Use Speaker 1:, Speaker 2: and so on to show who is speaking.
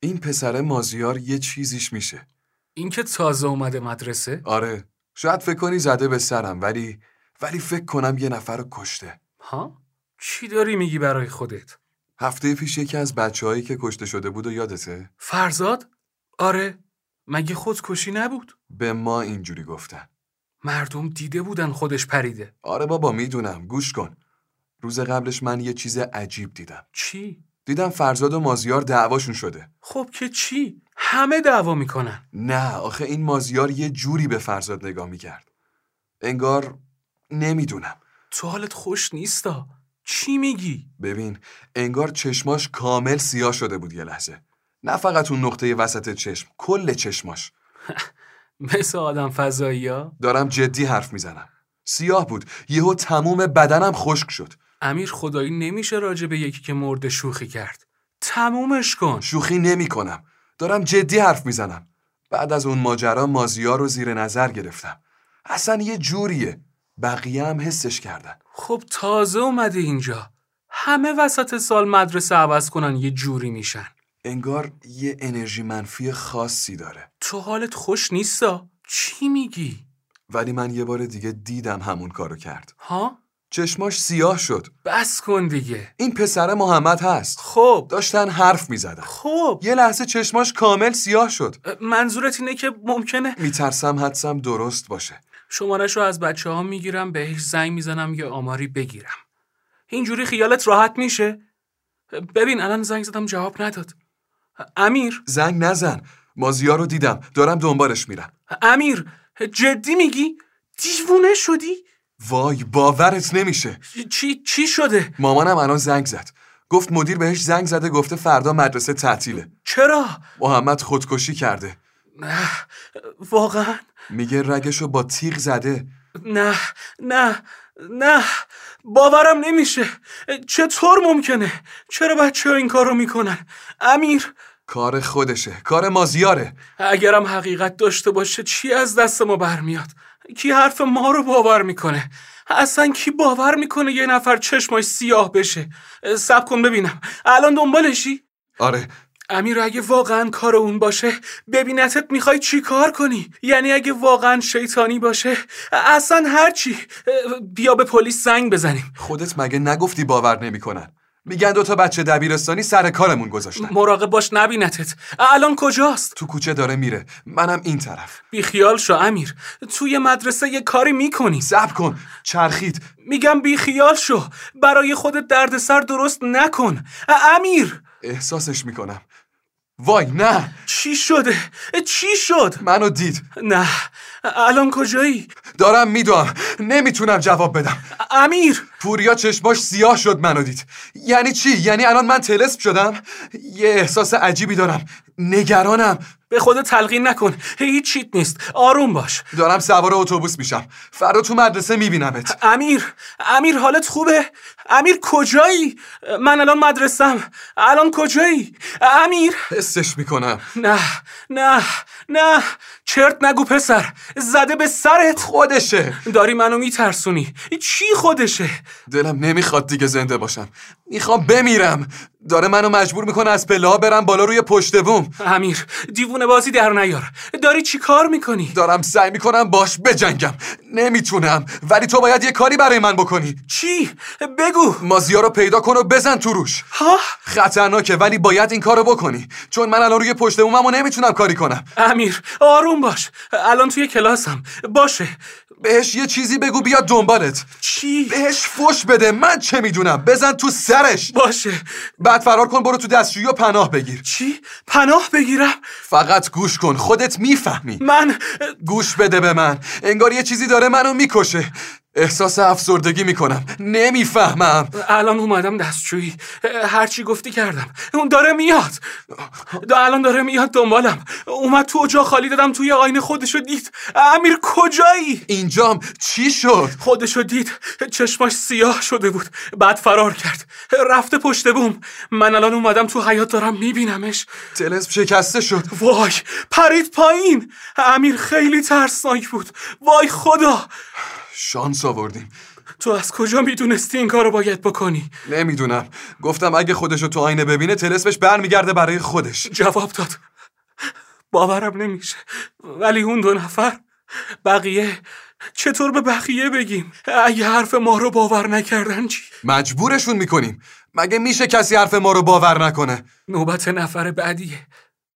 Speaker 1: این پسر مازیار یه چیزیش میشه.
Speaker 2: این که تازه اومده مدرسه؟
Speaker 1: آره. شاید فکر کنی زده به سرم ولی ولی فکر کنم یه نفر رو کشته.
Speaker 2: ها؟ چی داری میگی برای خودت؟
Speaker 1: هفته پیش یکی از بچههایی که کشته شده بود و یادته؟
Speaker 2: فرزاد؟ آره. مگه خودکشی نبود؟
Speaker 1: به ما اینجوری گفتن.
Speaker 2: مردم دیده بودن خودش پریده.
Speaker 1: آره بابا میدونم گوش کن. روز قبلش من یه چیز عجیب دیدم.
Speaker 2: چی؟
Speaker 1: دیدم فرزاد و مازیار دعواشون شده.
Speaker 2: خب که چی؟ همه دعوا میکنن.
Speaker 1: نه آخه این مازیار یه جوری به فرزاد نگاه میکرد. انگار نمیدونم.
Speaker 2: تو حالت خوش نیستا. چی میگی؟
Speaker 1: ببین انگار چشماش کامل سیاه شده بود یه لحظه. نه فقط اون نقطه وسط چشم کل چشماش
Speaker 2: مثل آدم فضایی ها؟
Speaker 1: دارم جدی حرف میزنم سیاه بود یهو تموم بدنم خشک شد
Speaker 2: امیر خدایی نمیشه راجع به یکی که مرده شوخی کرد. تمومش کن.
Speaker 1: شوخی نمی کنم دارم جدی حرف میزنم بعد از اون ماجرا مازیار رو زیر نظر گرفتم اصلا یه جوریه بقیه هم حسش کردن
Speaker 2: خب تازه اومده اینجا. همه وسط سال مدرسه عوض کنن یه جوری میشن.
Speaker 1: انگار یه انرژی منفی خاصی داره
Speaker 2: تو حالت خوش نیستا. چی میگی؟
Speaker 1: ولی من یه بار دیگه دیدم همون کارو کرد
Speaker 2: ها؟
Speaker 1: چشماش سیاه شد
Speaker 2: بس کن دیگه.
Speaker 1: این پسر محمد هست
Speaker 2: خب.
Speaker 1: داشتن حرف میزدن
Speaker 2: خب.
Speaker 1: یه لحظه چشماش کامل سیاه شد
Speaker 2: منظورت اینه که ممکنه
Speaker 1: میترسم حدسم درست باشه
Speaker 2: شمارش رو از بچه ها میگیرم بهش زنگ میزنم یه آماری بگیرم اینجوری خیالت راحت میشه؟ ببین الان زنگ زدم جواب نداد امیر
Speaker 1: زنگ نزن مازیار رو دیدم دارم دنبالش میرم
Speaker 2: امیر جدی میگی؟ دیوونه شدی؟
Speaker 1: وای باورت نمیشه
Speaker 2: چی, چی شده؟
Speaker 1: مامانم الان زنگ زد گفت مدیر بهش زنگ زده گفته فردا مدرسه تعطیله
Speaker 2: چرا؟
Speaker 1: محمد خودکشی کرده
Speaker 2: نه واقعا
Speaker 1: میگه رگشو با تیغ زده
Speaker 2: نه نه نه باورم نمیشه چطور ممکنه چرا بچه ها این کار رو میکنن امیر
Speaker 1: کار خودشه کار مازیاره
Speaker 2: اگرم حقیقت داشته باشه چی از دست ما برمیاد کی حرف ما رو باور میکنه اصلا کی باور میکنه یه نفر چشماش سیاه بشه سب کن ببینم الان دنبالشی
Speaker 1: آره
Speaker 2: امیر اگه واقعا کار اون باشه ببینتت میخوای چی کار کنی یعنی اگه واقعا شیطانی باشه اصلا هرچی بیا به پلیس زنگ بزنیم
Speaker 1: خودت مگه نگفتی باور نمیکنن میگن دوتا بچه دبیرستانی سر کارمون گذاشتن
Speaker 2: مراقب باش نبینتت الان کجاست
Speaker 1: تو کوچه داره میره منم این طرف
Speaker 2: بیخیال شو امیر توی مدرسه یه کاری میکنی
Speaker 1: صبر کن چرخید
Speaker 2: میگم بیخیال شو برای خودت دردسر درست نکن امیر
Speaker 1: احساسش میکنم وای نه
Speaker 2: چی شده چی شد
Speaker 1: منو دید
Speaker 2: نه الان کجایی
Speaker 1: دارم میدوام نمیتونم جواب بدم
Speaker 2: امیر
Speaker 1: پوریا چشماش سیاه شد منو دید یعنی چی یعنی الان من تلسم شدم یه احساس عجیبی دارم نگرانم
Speaker 2: به خود تلقین نکن هیچ چیت نیست آروم باش
Speaker 1: دارم سوار اتوبوس میشم فردا تو مدرسه میبینمت
Speaker 2: امیر امیر حالت خوبه امیر کجایی من الان مدرسم الان کجایی امیر
Speaker 1: حسش میکنم
Speaker 2: نه نه نه چرت نگو پسر زده به سرت
Speaker 1: خودشه
Speaker 2: داری منو میترسونی چی خودشه
Speaker 1: دلم نمیخواد دیگه زنده باشم میخوام بمیرم داره منو مجبور میکنه از پله ها برم بالا روی پشت بوم
Speaker 2: امیر دیوونه بازی در نیار داری چی کار میکنی
Speaker 1: دارم سعی میکنم باش بجنگم نمیتونم ولی تو باید یه کاری برای من بکنی
Speaker 2: چی بگو
Speaker 1: مازیا رو پیدا کن و بزن تو روش
Speaker 2: ها
Speaker 1: خطرناکه ولی باید این کارو بکنی چون من الان روی پشت بومم و نمیتونم کاری کنم
Speaker 2: امیر آروم باش الان توی کلاسم باشه
Speaker 1: بهش یه چیزی بگو بیاد دنبالت
Speaker 2: چی
Speaker 1: بهش فش بده من چه میدونم بزن تو سرش
Speaker 2: باشه
Speaker 1: بعد فرار کن برو تو دستشویی و پناه بگیر
Speaker 2: چی پناه بگیرم
Speaker 1: فقط گوش کن خودت میفهمی
Speaker 2: من
Speaker 1: گوش بده به من انگار یه چیزی داره منو میکشه احساس افسردگی میکنم نمیفهمم
Speaker 2: الان اومدم دستشویی هرچی گفتی کردم اون داره میاد دا الان داره میاد دنبالم اومد تو اجاق خالی دادم توی آینه خودشو دید امیر کجایی
Speaker 1: اینجام چی شد
Speaker 2: خودشو دید چشماش سیاه شده بود بعد فرار کرد رفته پشت بوم من الان اومدم تو حیات دارم میبینمش
Speaker 1: تلسم شکسته شد
Speaker 2: وای پرید پایین امیر خیلی ترسناک بود وای خدا
Speaker 1: شانس آوردیم
Speaker 2: تو از کجا میدونستی این کارو باید بکنی
Speaker 1: نمیدونم گفتم اگه خودشو تو آینه ببینه تلسمش برمیگرده برای خودش
Speaker 2: جواب داد باورم نمیشه ولی اون دو نفر بقیه چطور به بقیه بگیم اگه حرف ما رو باور نکردن چی
Speaker 1: مجبورشون میکنیم مگه میشه کسی حرف ما رو باور نکنه
Speaker 2: نوبت نفر بعدیه